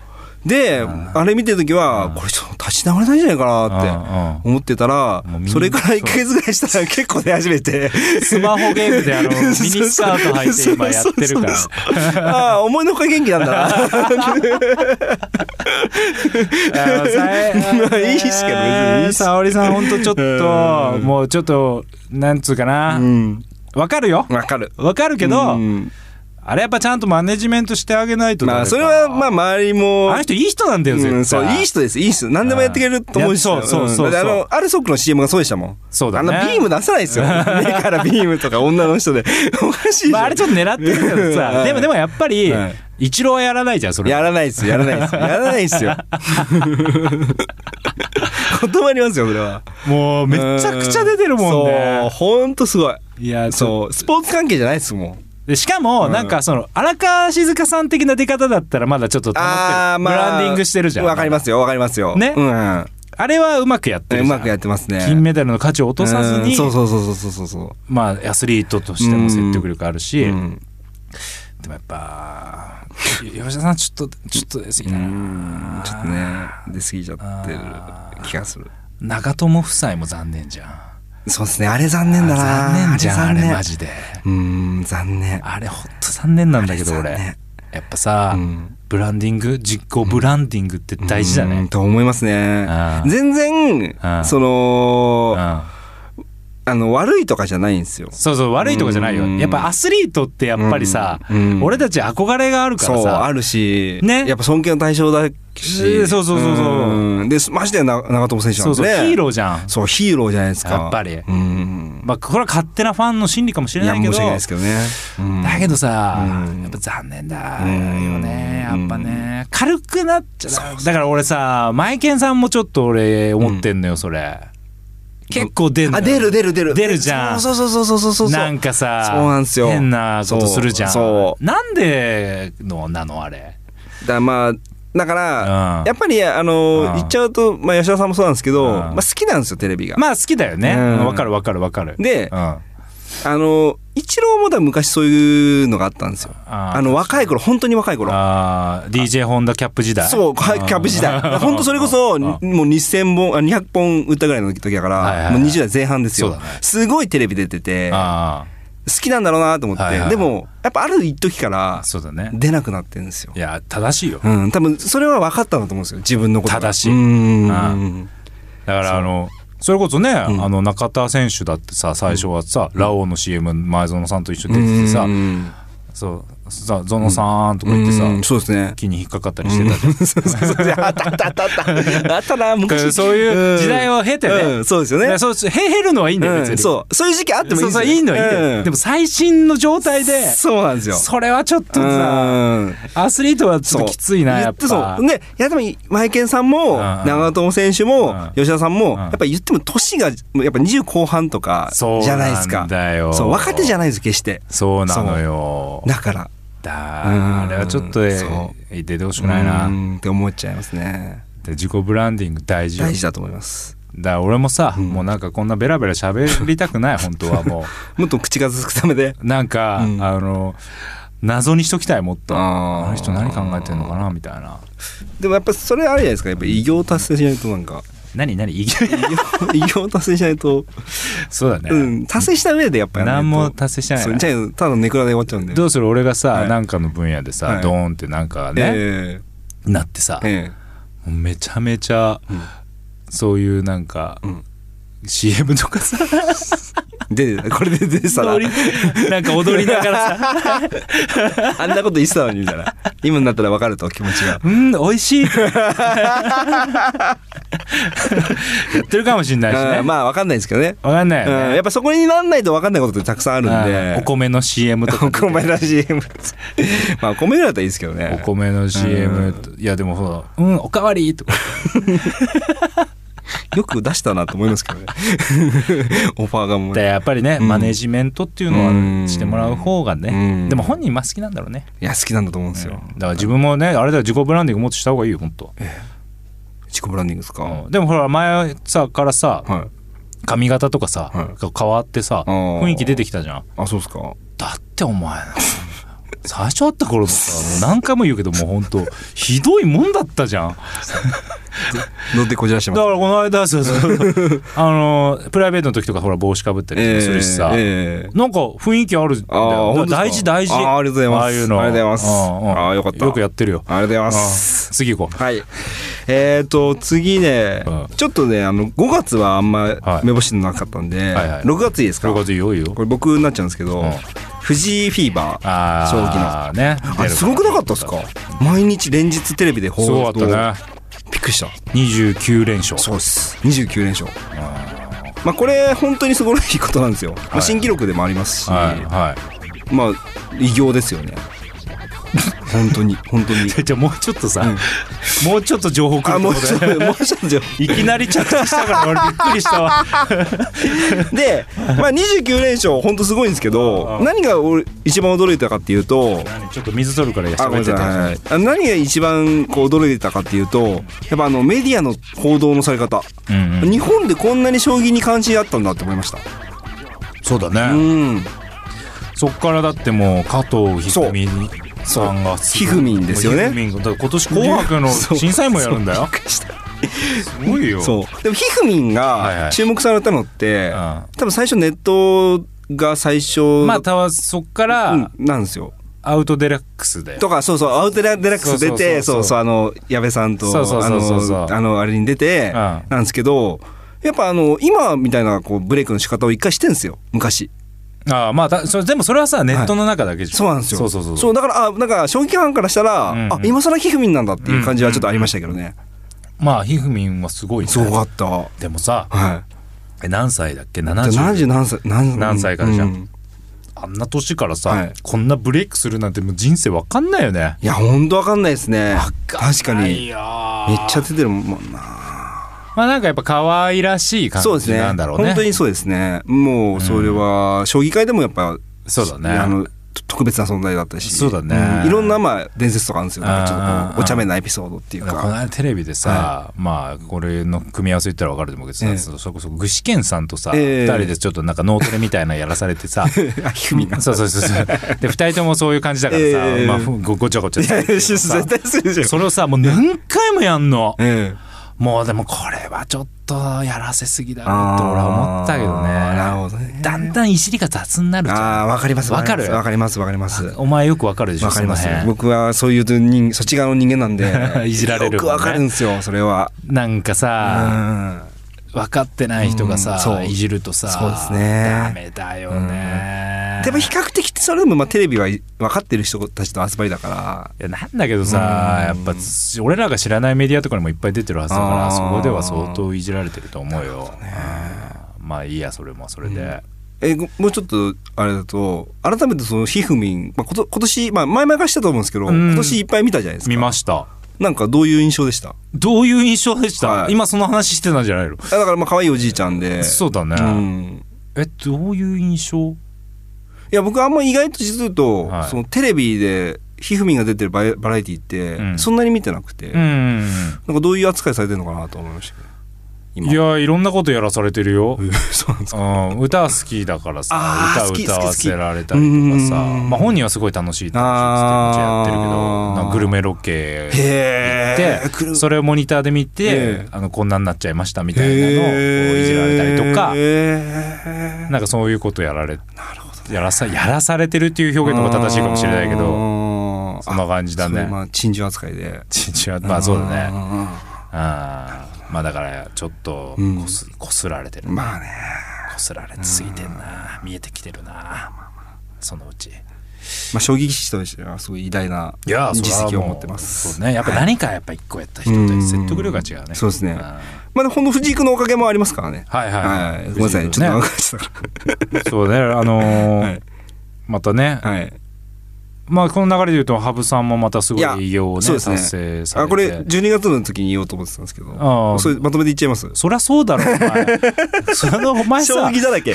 S2: う。で、
S1: ん
S2: あれ見てるときは、これちょっと立ち直れないんじゃないかなって。
S1: うんうん
S2: 思ってた
S1: も
S2: ら
S1: うみん、な
S2: それから1ヶ月ぐらいしたら結構出始めて。
S1: スマホゲームで <laughs>
S2: <laughs>
S1: あのミニスカート履いて今やってるから
S2: そうそうそうそうああ、思いのほか元気なん
S1: <laughs>
S2: だな。
S1: あのさえ
S2: まあいいっすけど別にいいっす
S1: 沙織さん本当ちょっと
S2: うん
S1: もうちょっとなんつうかな
S2: うん。
S1: わかるよ
S2: わかる。
S1: わかるけ
S2: う
S1: ど
S2: ん
S1: あれやっぱちゃんとマネジメントしてあげないと
S2: まあ、それは、ま
S1: あ
S2: あ、周りも
S1: あの。人いい人なんだよ絶
S2: う
S1: 対
S2: ん、そう、いい人です、いい人。何でもやってくれると思うし。
S1: うんいやそうそうそう
S2: だってあ
S1: そう
S2: の、アルソックの CM がそうでしたもん。
S1: そうだ
S2: あ
S1: ね
S2: の、ビーム出さないで
S1: <laughs>
S2: すよ。目からビームとか女の人で。おかしいじ
S1: まあ
S2: ゃ
S1: あ
S2: ん
S1: れちょっと狙ってるけど
S2: は
S1: さ
S2: い
S1: でもでもやっぱり
S2: はい
S1: 一郎はやらないじゃんそれ
S2: やらないですよ、やらないですよ。やらないで
S1: <laughs>
S2: すよ。断りますよ、それは。
S1: もうめちゃくちゃ出てるもん
S2: そう、
S1: ね
S2: ほんとすごい。
S1: いやそう
S2: そう、スポーツ関係じゃないですもん。
S1: でしかもなんかその荒川静香さん的な出方だったらまだちょっと保ってる
S2: ああ、
S1: ブ
S2: まあ。
S1: ランディングしてるじゃん
S2: わかりますよ、わかりますよ。
S1: ね
S2: うん。う
S1: あれはうまくやってるじゃん
S2: まくやってますね。
S1: 金メダルの価値を落とさず
S2: うん
S1: に、
S2: そうそうそうそうそうそう。
S1: まあ、アスリートとしても説得力あるし、
S2: うん
S1: でもやっぱ、吉田さん、ちょっと、ちょっとですぎだ
S2: う
S1: な。
S2: んちょっとね出過ぎちゃってる気がする
S1: 長友夫妻も残念じゃん。
S2: そうですねあれ残念だな
S1: 残念じゃん、あ
S2: 残
S1: れ
S2: 念
S1: マジで。
S2: うん残念
S1: あれ、ほんと残念なんだけど、
S2: あれ残
S1: 俺。やっぱさ、
S2: うん
S1: ブランディング、実行ブランディングって大事だ
S2: うん
S1: ね。
S2: と思いますね
S1: あー
S2: 全然
S1: あー
S2: そ
S1: うん
S2: のあの悪いとかじゃないんですよ
S1: そうそう、悪いとこじゃないよ
S2: う。ん
S1: やっぱアスリートってやっぱりさ、
S2: うん
S1: 俺たち憧れがあるから
S2: そうあ
S1: さ、
S2: るし
S1: ね
S2: やっぱ尊敬の対象だ
S1: えー
S2: し
S1: そうそうそうそうん
S2: でましてやな長友選手なん
S1: そう
S2: で
S1: そう、
S2: ね
S1: ヒーローじゃん。
S2: そうヒーローじゃないですか
S1: やっぱり
S2: うん
S1: まあ、これは勝手なファンの心理かもしれ
S2: いや
S1: ないけ
S2: 申し
S1: ど
S2: 訳ないですけどねうん
S1: だけどさ、
S2: うん
S1: やっぱ残念だよね、
S2: うん
S1: やっぱね軽くなっちゃうだから俺さマイケンさんもちょっと俺思ってんのよそれ、結構出んの
S2: あ
S1: よ
S2: 出る出る出る
S1: 出るじゃん
S2: そうそうそうそうそうそうそう
S1: なんかさ
S2: そうなんすよ
S1: 変なことするじゃん
S2: そうそ
S1: なんでのなのあれ
S2: だからまあだから、
S1: うん
S2: やっぱりあの
S1: うん
S2: 言っちゃうと、まあ、吉田さんもそうなんですけど、
S1: うん
S2: まあ、好きなんですよテレビが。
S1: まあ好きだよね
S2: うん
S1: わ、かるわかるわかる
S2: で
S1: うん、あ
S2: あの一郎もだ昔そういうのがあったんですよ。
S1: あ
S2: あの若い頃本当に若い頃
S1: あー DJ ホンダキャップ時代
S2: そうはいキャブ時代本当それこそ
S1: うん
S2: もう2000本あ200本売ったぐらいの時だから、
S1: はいはいはい
S2: もう20代前半ですよ、
S1: そうだね
S2: すごいテレビ出てて好
S1: あ
S2: きなんだろうなと思って、
S1: はいはい
S2: でもやっぱある一時から
S1: あそうだね
S2: 出なくなってるんですよ
S1: い。や正しいよ
S2: うん、多分それは分かったんだと思うんですよ自分のことが
S1: 正しい
S2: うん
S1: あだからあのそれこそね、
S2: ん
S1: あの中田選手だってさ最初はさ、ラオウの CM 前園さんと一緒に出ててさ、
S2: うん
S1: そうさゾノさーんとか言ってさ、
S2: うんそうで
S1: <laughs>
S2: すね。
S1: 木に引っかかったりしてたじゃん
S2: そうそうそう。あったあったあったあった。あったな、
S1: だから
S2: 昔。
S1: そういう時代を経てね、
S2: うんそうですよ
S1: だか
S2: ね
S1: ら。そうへ減るのはいいんだよ、別
S2: う
S1: に
S2: んそう。そういう時期あってもいい
S1: そう
S2: です
S1: そう
S2: よ
S1: いいのいいの、
S2: うん
S1: でも最新の状態で
S2: そうなんですよ。
S1: それはちょっと
S2: う
S1: さ
S2: ん。
S1: アスリートはちょっ
S2: そう
S1: ときついなやっぱ
S2: 言てそうねいやでもマイケンさん
S1: うん
S2: も長友選手も
S1: うん
S2: 吉田さんも
S1: ん
S2: やっぱ言っても年がやっぱ20後半とか
S1: そう
S2: じゃないです
S1: な
S2: か
S1: んだよ
S2: そう若手じゃないです決して
S1: そうなのよ
S2: だから
S1: だ
S2: うん
S1: あれはちょっとえ
S2: そ
S1: 出てほしくないな、
S2: うんって思っちゃいますね
S1: で自己ブランディング大事よ
S2: 大事だと思います
S1: だから俺もさ、
S2: うん
S1: もうなんかこんなベラベラ喋りたく
S2: <laughs>
S1: ない本当はも
S2: もっと口数少なめで
S1: うなんか、
S2: うん
S1: あの謎にしときたいもっと
S2: あー
S1: あの人何考えてんのかなみたいな
S2: でもやっぱそれあるじゃないですかやっぱ偉業達成しないとな
S1: <laughs>
S2: んか
S1: 何何いき
S2: 偉業偉業達成しないと
S1: そうだね、
S2: うん達成した上でやっぱやらないと
S1: 何も達成してない
S2: そ
S1: な
S2: うじゃあただネクラで終わっちゃうんで
S1: どうする俺がさ、
S2: はい
S1: なんかの分野でさ、
S2: はい
S1: ドーンってなんかね、
S2: え
S1: なってさ
S2: え、え
S1: もうめちゃめちゃ、
S2: うん
S1: そういうなんか、
S2: うん
S1: CM とか
S2: <laughs>
S1: さ
S2: えでこれで出てたら
S1: 踊りなんか踊りながらさ
S2: あんなこと言ってたのにみたいな。今になったら分かると気持ちが
S1: 「。うん美味しい」やってるかもしんないしね
S2: うんまあ分かんないですけどね。
S1: わかんない
S2: うん、
S1: よね
S2: やっぱそこになんないと分かんないことってたくさんあるん
S1: あーお
S2: で。
S1: 米の CM とか
S2: お米らしい。まあお米ぐらいだ <laughs> ったらいいですけど
S1: お
S2: ね。
S1: 米の CM といやでもほら「うんおかわり」とか
S2: よく出したなと思いま
S1: <laughs>
S2: すけどね。オファーがも
S1: っ
S2: う。
S1: て
S2: い
S1: やっぱりね、
S2: うん
S1: マネジメントっていうの
S2: う
S1: は
S2: ん
S1: してもらう方がね、
S2: うん
S1: でも本人まあ好きなんだろうね
S2: や好きなんだと思うんですよ。
S1: だから自分もねあれだよ自己ブランディングもっとした方がいいよ本当、
S2: 自己ブランディングですか。
S1: うんでもほら前さからさ
S2: はい。
S1: 髪型とかさ、
S2: は
S1: が変わってさ
S2: あー
S1: 雰囲気出てきたじゃん
S2: あそうですか。
S1: だってお前最初会った頃とかもう何回も言うけどもう本当ひどいもんだったじゃんだか
S2: 乗ってこじらして
S1: ら
S2: ます。
S1: この間さそ
S2: <laughs>
S1: のあのプライベートの時とかほら帽子かぶったりとかするしさ、
S2: ええ
S1: なんか雰囲気あるんだ
S2: あー
S1: よ
S2: 本当ですか
S1: 大事大事
S2: あーありがとうございま
S1: あ
S2: す
S1: あいうの
S2: ありがとうございます
S1: んん
S2: あーよかった
S1: よくやってるよ
S2: ありがとうございます。
S1: うん次行こ
S2: はい。えーと、次ね、
S1: うん
S2: ちょっとね、あの、5月はあんま
S1: はい
S2: 目星なかったんで、
S1: はいはい
S2: 6月いいです
S1: う
S2: か
S1: これがいいよいいよ
S2: これ僕になっちゃうんですけど、
S1: うん
S2: 藤井フィーバー、
S1: あ
S2: 将棋
S1: あね
S2: あれすごくなかったですか毎日連日テレビで報
S1: すご
S2: 道
S1: かったね
S2: びっくりした。
S1: 29連勝
S2: そうです。29連勝。まあこれ本当にすごいことなんですよ、まあ新記録でもありますし、
S1: はいは
S2: <laughs> まあ偉業ですよね本当に本当に
S1: <laughs> いじゃあもうちょっとさ、もうちょっと情報く
S2: あ
S1: る
S2: も
S1: と
S2: う
S1: こ
S2: ちょっと
S1: で
S2: もうちょっとじゃあ
S1: いきなり着地したから俺びっくりしたわ
S2: で、まあ、29連勝、本当すごいんですけど、何が俺一番驚いたかっていうと、
S1: 何 <laughs> ちょっと水取るからや
S2: あごめん
S1: め
S2: な
S1: て
S2: さい
S1: た
S2: はいあ何が一番こう驚いたかっていうと、やっぱあのメディアの報道のされ方、
S1: うんうん
S2: 日本でこんなに将棋に関心あったんだって思いました。
S1: そうだ
S2: う
S1: ね、
S2: ん、
S1: そっからだってもう加藤一二三さんが
S2: そうひふみんですよね
S1: ひふみんがだから今年紅白の審査員もやるんだよすごいよ
S2: そうでもひふみん
S1: はいは
S2: が
S1: い
S2: 注目されたのって、
S1: うん
S2: 多分最初ネットが最初、
S1: まあたわそっから、
S2: うん、なんですよ。
S1: アウトデラックスで
S2: とかそうそうアウトデラックス出
S1: そそ
S2: てそう
S1: うそうそう
S2: うそうあの矢部さんと
S1: そうそう
S2: あ
S1: そうそうそう
S2: のあのあれに出て
S1: ん
S2: なんですけどやっぱあの今みたいなこうブレイクの仕方を一回してんですよ昔
S1: ああまあだそれでもそれはさネットの中だけじゃ
S2: そうなんですよ
S1: そうそうそう
S2: だからあなんか将棋ファンからしたら、
S1: うんうん
S2: あ今更ひふみんなんだっていう感じはちょっとありましたけどね、
S1: まあひふみんはすごいね
S2: すごかったは
S1: でもさ
S2: い
S1: え何歳だっけ
S2: じゃあ
S1: 70
S2: 70何歳何
S1: 何歳からじゃん
S2: うん
S1: あんな年からさ、
S2: はい
S1: こんなブレイクするなんてもう人生わかんないよね
S2: いやほんとわかんないですね確か
S1: ない
S2: に
S1: よ
S2: めっちゃ出てるもんな
S1: まあなんかやっぱ可愛らしい感
S2: そうです
S1: じ
S2: ね
S1: なんだろうね
S2: 本当にそうですねもうそれは将棋界でもやっぱ
S1: そうだね
S2: あのと特別な存在だったし
S1: そうだね
S2: んいろんなまあ伝説とかあるんですよなんかちょ
S1: うん
S2: っ
S1: うんうん
S2: とこうお茶目なエピソードっていう
S1: この
S2: か
S1: 間テレビでさ、まあこれの組み合わせ言ったら分かると思うけどさ、
S2: ええ
S1: そそこそこ具志堅さんとさ、二
S2: ええ
S1: 人でちょっとなんか脳トレみたいなのやらされて
S2: <laughs>
S1: さ
S2: あひふみんが
S1: そうそうそうそうで二人ともそういう感じだからさ、
S2: ええ
S1: まあ、ふんごごちゃごちゃ
S2: いやいや絶対するでしょ
S1: それをさもう何回もやんの
S2: ええ
S1: もうでもこれはちょっとやらせすぎだなと俺は思ったけどね
S2: あーなるほどね
S1: だんだんいじりが雑になるじゃん
S2: ああわかります
S1: わかる
S2: わかりますわかりますわ
S1: お前よくわかるでしょ
S2: かります
S1: その辺
S2: 僕はそういう人そっち側の人間なん
S1: <laughs>
S2: で
S1: いじられるもんね
S2: よくわかるんですよそれは
S1: なんか
S2: う
S1: さ、
S2: ん
S1: 分かってない人が
S2: うんそ
S1: さ
S2: う
S1: いじるとさ
S2: そうですね
S1: ダメだよね、ね
S2: でも比較的それでもまあテレビは分かってる人たちの集まりだから
S1: いやなんだけどさや
S2: うん
S1: っぱ俺らが知らないメディアとかにもいっぱい出てるはずだから
S2: あー
S1: そこでは相当いじられてると思うよ、うんまあいいやそれもそれで、
S2: うんえごもうちょっとあれだと改めてそのひふみん、まあ、こと今年、まあ、前々からしてたと思うんですけど、
S1: うん
S2: 今年いっぱい見たじゃないですか
S1: 見ました
S2: なんかどういう印象でしたあ
S1: どういう印象でした、
S2: はい
S1: 今その話してたんじゃないの、
S2: だからまあ可愛いおじいちゃんで
S1: そうだね、
S2: うん
S1: えどういう印象
S2: いや僕あんま意外と実を言うと、
S1: はい
S2: そのテレビでひふみんが出てるバラバラエティって、
S1: うん
S2: そんなに見てなくて、
S1: うん
S2: なんかどういう扱いされてるのかなと思いましたけど今
S1: いやいろんなことやらされてるよ、
S2: え <laughs> そうなんですか
S1: うん、歌好きだからさ
S2: あー
S1: 歌
S2: 好き
S1: 歌
S2: 好き
S1: わ
S2: 好き
S1: せられたりとかさ、
S2: うん
S1: まあ、本人はすごい楽しい楽しいってやってるけど
S2: あー
S1: なんかグルメロケ
S2: へえ
S1: でそれをモニターで見て、
S2: ええ
S1: あのこんなんなっちゃいましたみたいなのをこういじられたりとか、
S2: へー
S1: なんかそういうことやられ
S2: なるほど
S1: やらさやらされてるっていう表現の方が正しいかもしれないけ
S2: あ
S1: ど
S2: ー
S1: そんな感じだ
S2: あそうい
S1: ね
S2: うまあ珍獣扱いで
S1: 父は <laughs> まあそうだね
S2: あ
S1: あまあだからちょっと
S2: うん
S1: こす,、こすられてる
S2: ーまあね
S1: こすられすぎてんな見えてきてるなそのうち
S2: まあ将棋棋士としてはすごい偉大ない
S1: や
S2: 実
S1: それ
S2: 績
S1: は
S2: を
S1: もう
S2: 持ってます
S1: そうねやっぱ何かやっぱ一個やった人って説得力が違うね
S2: そうですね
S1: ん
S2: まあほんの藤井君のおかげもありますからね
S1: はいはい、
S2: はいごめんなさいちょっと長くなっちゃったか
S1: そうねあのー
S2: はい
S1: またね、
S2: らはい
S1: まあこの流れで言うと羽生さんもまたすごい偉業をね
S2: いやそう
S1: 達
S2: で
S1: 成
S2: す
S1: されて
S2: あこれ12月の時に言おうと思ってたんですけ
S1: あー
S2: どそれまとめて言っちゃいます
S1: そりゃそうだろお
S2: <laughs>
S1: 前そのお前
S2: 将
S1: さ
S2: 棋
S1: <laughs>
S2: だらけ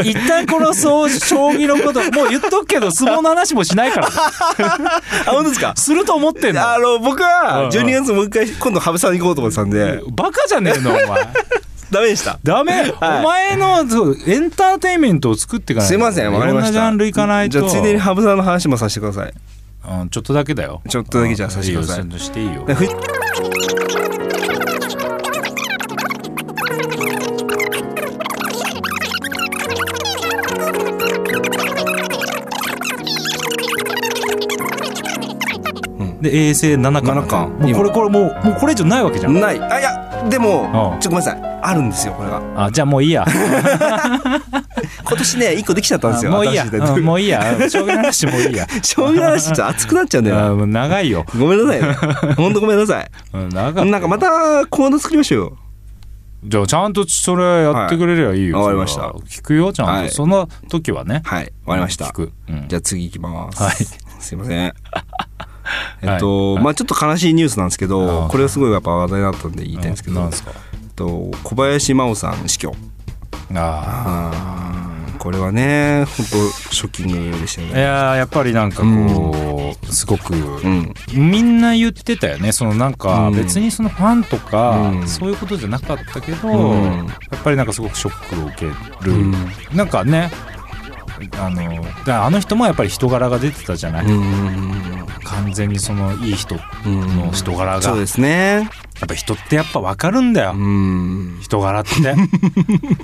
S1: 一旦このそう将棋のこともう言っとくけど相撲の話もしないからね
S2: あ本当ですか
S1: すると思ってんの
S2: あの
S1: うんうん
S2: 僕は12月もう一回今度羽生さんに行こうと思ってたんで
S1: バカじゃねえのお前
S2: ダメでした
S1: ダメ、
S2: はい
S1: お前のそうエンターテインメントを作っていかないと
S2: すいませんわかりました
S1: いろんなジャンルいかないと
S2: じゃあついでに羽生さんの話もさせてください
S1: うん、ちょっとだけだよ
S2: ちょっとだけじゃあさせてください
S1: うんいよしていいよ
S2: でふ
S1: で衛星7巻
S2: 七巻
S1: もうこれこれもうもうこれ以上ないわけじゃん
S2: ないあいやで
S1: う
S2: も
S1: ん
S2: ちょっとごめんなさいあるんですよこれが
S1: あじゃあもういいや
S2: 今
S1: <laughs>
S2: 年ね一個できちゃったんですよ
S1: もういいや、
S2: 新しタイトル
S1: う
S2: <laughs>
S1: んもういいやうん将棋の話もういいや
S2: 将棋の話ちょっと熱くなっちゃうんだよ
S1: あもう長いよ、
S2: なごめ
S1: <laughs>
S2: んなさいねほんとごめんなさい
S1: うん、長い
S2: なんかまたコーナー作りましょうよ
S1: じゃあちゃんとそれやってくれればいいよ、
S2: はい
S1: それは
S2: わかり
S1: 聞くよちゃんと、
S2: はい
S1: その時はね
S2: はいわかりました
S1: 聞く、うん
S2: じゃあ次行きます
S1: はい
S2: すいま
S1: <laughs>
S2: せんえっとまあちょっと悲しいニュースなんですけ
S1: あ
S2: ど
S1: ー
S2: これはすごいやっぱ話題だったんで言いたいんですけ
S1: な
S2: ど
S1: んすか
S2: えっと小林真央さん死去
S1: あ
S2: あーこれはね本当ショッキングでしたよ
S1: あい
S2: ね
S1: やーやっぱりなんかこう、すごく、
S2: うん
S1: みんな言ってたよねそのなんか
S2: うん
S1: 別にそのファンとか、
S2: うん
S1: そういうことじゃなかったけど、
S2: うん
S1: やっぱりなんかすごくショックを受ける、
S2: うん
S1: なんかねあのだからあの人もやっぱり人柄が出てたじゃない、
S2: うん
S1: 完全にそのいい人や
S2: うん
S1: の人柄が
S2: そうですね
S1: っぱ人ってやっぱ分かるんだよ、
S2: うん
S1: 人柄
S2: <laughs>
S1: って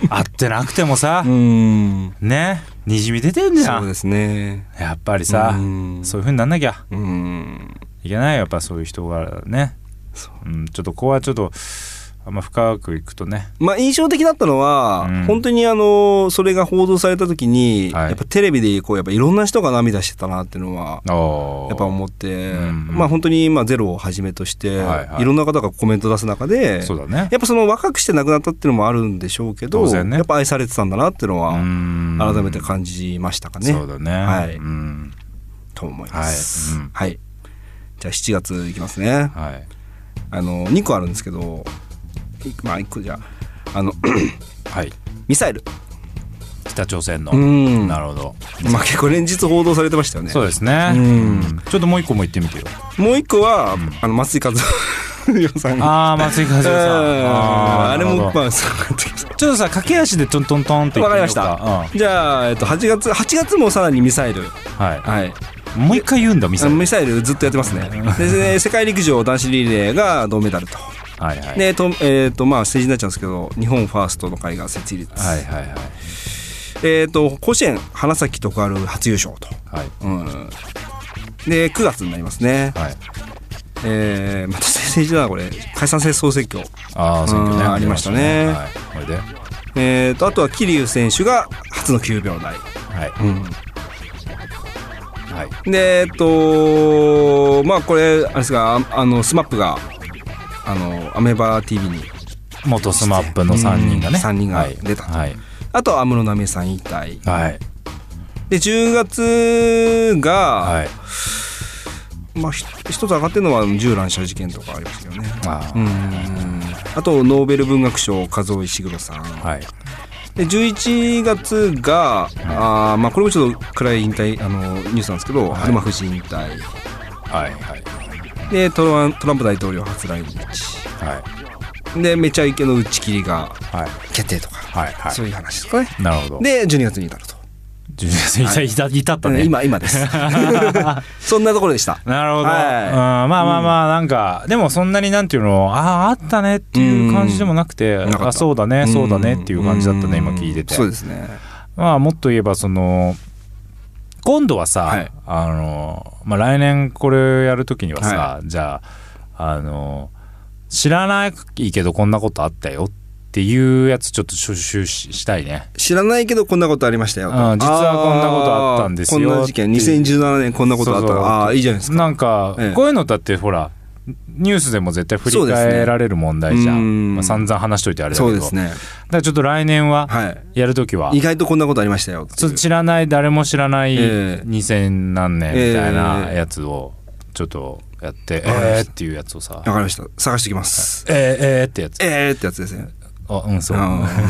S1: 会ってなくてもさ、
S2: うん
S1: ねにじみ出てんじゃ
S2: そうんですね
S1: やっぱりさ、
S2: うん
S1: そういう風になんなきゃ
S2: うん
S1: いけないよやっぱそういう人柄ね、
S2: そう
S1: ん、ちょっとここはちょっとあんま深くいくとね
S2: まあ印象的だったのは、
S1: うん
S2: 本当にあのそれが報道された時に、
S1: はい
S2: やっぱテレビでこうやっぱいろんな人が涙してたなっていうのは
S1: や
S2: やっぱ思って、
S1: うん
S2: まあ本当にまあゼロをはじめとして、
S1: はい
S2: い
S1: はい
S2: ろんな方がコメント出す中で
S1: そうだね
S2: やっぱその若くして亡くなったっていうのもあるんでしょうけど、
S1: 当然ね
S2: やっぱ愛されてたんだなっていうのは改
S1: 改
S2: めて感じましたかね、
S1: そうだね
S2: はい
S1: うん
S2: と思います。
S1: は
S2: はいい、
S1: うん
S2: じゃあ7月いきますね。
S1: はい
S2: あの2個あるんですけど、いまあ1個じゃああの <clears throat>
S1: はい
S2: ミサイル。
S1: 北朝鮮の
S2: うん
S1: なるほど
S2: まあ結構連日報道されてましたよね。
S1: そうですね
S2: うん
S1: うんちょっともう一個も言ってみてよ
S2: もう1個は、あの松井和
S1: <laughs>
S2: 夫さんが。
S1: ああ松井和夫さん
S2: うん
S1: あー
S2: あれ
S1: なる
S2: も
S1: ほど
S2: まあすごかったけど
S1: ちょっとさ駆け足でトントントンって言
S2: わ
S1: って
S2: か
S1: み
S2: り
S1: よ
S2: ま
S1: う
S2: した
S1: か
S2: じゃあ、えっと、8月8月もさらにミサイル
S1: うんは
S2: はい
S1: いもう一回言うんだミサイル
S2: ミサイルずっとやってますねでで世界陸上男子リレーが銅メダルと
S1: はいはい
S2: で、えっと、えっと、まあ、政治になっちゃうんですけど、日本ファーストの会が設立。
S1: はいはいはい
S2: えっと、甲子園、花咲徳栄初優勝と。
S1: はい
S2: うん。で、9月になりますね。
S1: はい
S2: えー、また政治だな、これ。解散制総選挙。
S1: ああ選挙ね
S2: うんありましたね
S1: はいこれで
S2: えっと、あとは桐生選手が初の9秒
S1: は
S2: 台。
S1: いはい。はい。
S2: でえっとまあこれあれですがああのスマップがあのアメバ TV に
S1: 元スマップの3人がね。
S2: うん三人が
S1: はい
S2: 出たと
S1: はい。
S2: あとは安室奈美恵さん引退
S1: はい。
S2: で10月が、
S1: はい。
S2: まあひ一つ上がってるのは銃乱射事件とかありますよね
S1: あ
S2: うんあとノーベル文学賞和尾石黒さん
S1: あはい。
S2: で11月が、あーまあ、これもちょっと暗い引退あのニュースなんですけど、春馬富士引退
S1: はい。はい。
S2: でトラントランプ大統領初来日
S1: はい。
S2: でめちゃイケの打ち切りが
S1: はい。
S2: 決定とか、
S1: はい。は
S2: そういう話ですかね
S1: い。なるほど。
S2: で12月に至ると、
S1: ジュニアさん、いた、いた、至ったね。<laughs>
S2: 今今ですそんなところでした
S1: なるほど、
S2: はい
S1: うん、まあまあまあなんか、でもそんなになんていうのあああったねっていう感じでもなくて、
S2: なかった
S1: あそうだねそうだねっていう感じだったね、
S2: ん
S1: 今聞いてて
S2: そうですね
S1: まあもっと言えばその今度はさ、
S2: はい
S1: あのまあ、来年これやるときにはさ、じゃああの知らないけどこんなことあったよっていうやつちょっと収集ししたいね
S2: 知らないけどこんなことありましたよと
S1: うん実はこんなことあったんですよ
S2: あーこんな事件
S1: っていう
S2: 2017年こんなことあった
S1: そうそう
S2: ああーいいじゃないですか
S1: なんか、
S2: ええ
S1: こういうのだってほらニュースでも絶対振り返られる問題じゃ、
S2: そうですねうんん
S1: まあ、散々話しといてあれだ
S2: そ
S1: け
S2: うで
S1: ど
S2: すね
S1: だからちょっと来年は
S2: はい
S1: やるときは、
S2: 意外とこんなことありましたよって
S1: ちょっと
S2: いう
S1: 知らない誰も知らない
S2: ええ
S1: 2000何年みたいな
S2: ええ
S1: やつをちょっとやって、え
S2: わかりま
S1: え
S2: し
S1: ーっていうやつをさ、
S2: わかりました探してきます
S1: ええええってやつ
S2: えーってやつですね
S1: あうんそう、
S2: あ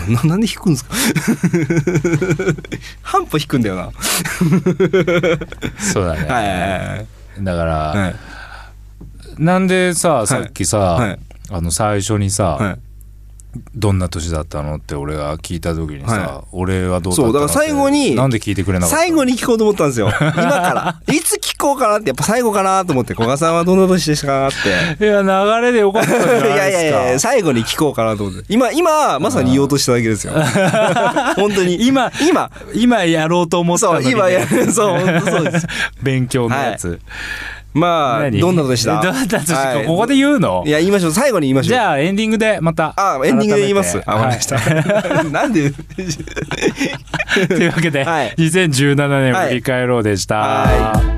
S2: ーななんで引くんですか <laughs> 半歩引くんだよなは
S1: <laughs> そうだね、
S2: いはいはい
S1: だから、
S2: はい
S1: なんでささっきさ、
S2: はい
S1: あの最初にさ、
S2: はい
S1: どんな年だったのって俺が聞いた時にさ、
S2: は
S1: 俺はどうだったの
S2: そうだから最後に
S1: なんで聞いてくれなかったの
S2: 最後に聞こうと思ったんですよ今からいつ聞こうかなってやっぱ最後かなと思って古賀さんはどんな年でしたかって
S1: いや、流れでよかったじゃない
S2: <laughs>
S1: です
S2: い
S1: か。
S2: やいやいや最後に聞こうかなと思って今今まさに言おうとしただけですよ本当に
S1: 今
S2: 今
S1: 今やろうと思ったの
S2: そう
S1: にね、
S2: 今やそう本当そうです
S1: <laughs> 勉強のやつ。
S2: まあ
S1: 何
S2: どんなことでした
S1: <laughs> どんな年か、
S2: はい
S1: ここで言うの
S2: いや言いましょう最後に言いましょう
S1: じゃあ、エンディングでまた。
S2: あエンディングで言います。あ、
S1: 改
S2: わか
S1: め
S2: りま
S1: て
S2: した。 <laughs> なんで
S1: はい <laughs> というわけで、
S2: <laughs> はい
S1: 2017年を
S2: はい
S1: 振り返ろうでした。
S2: は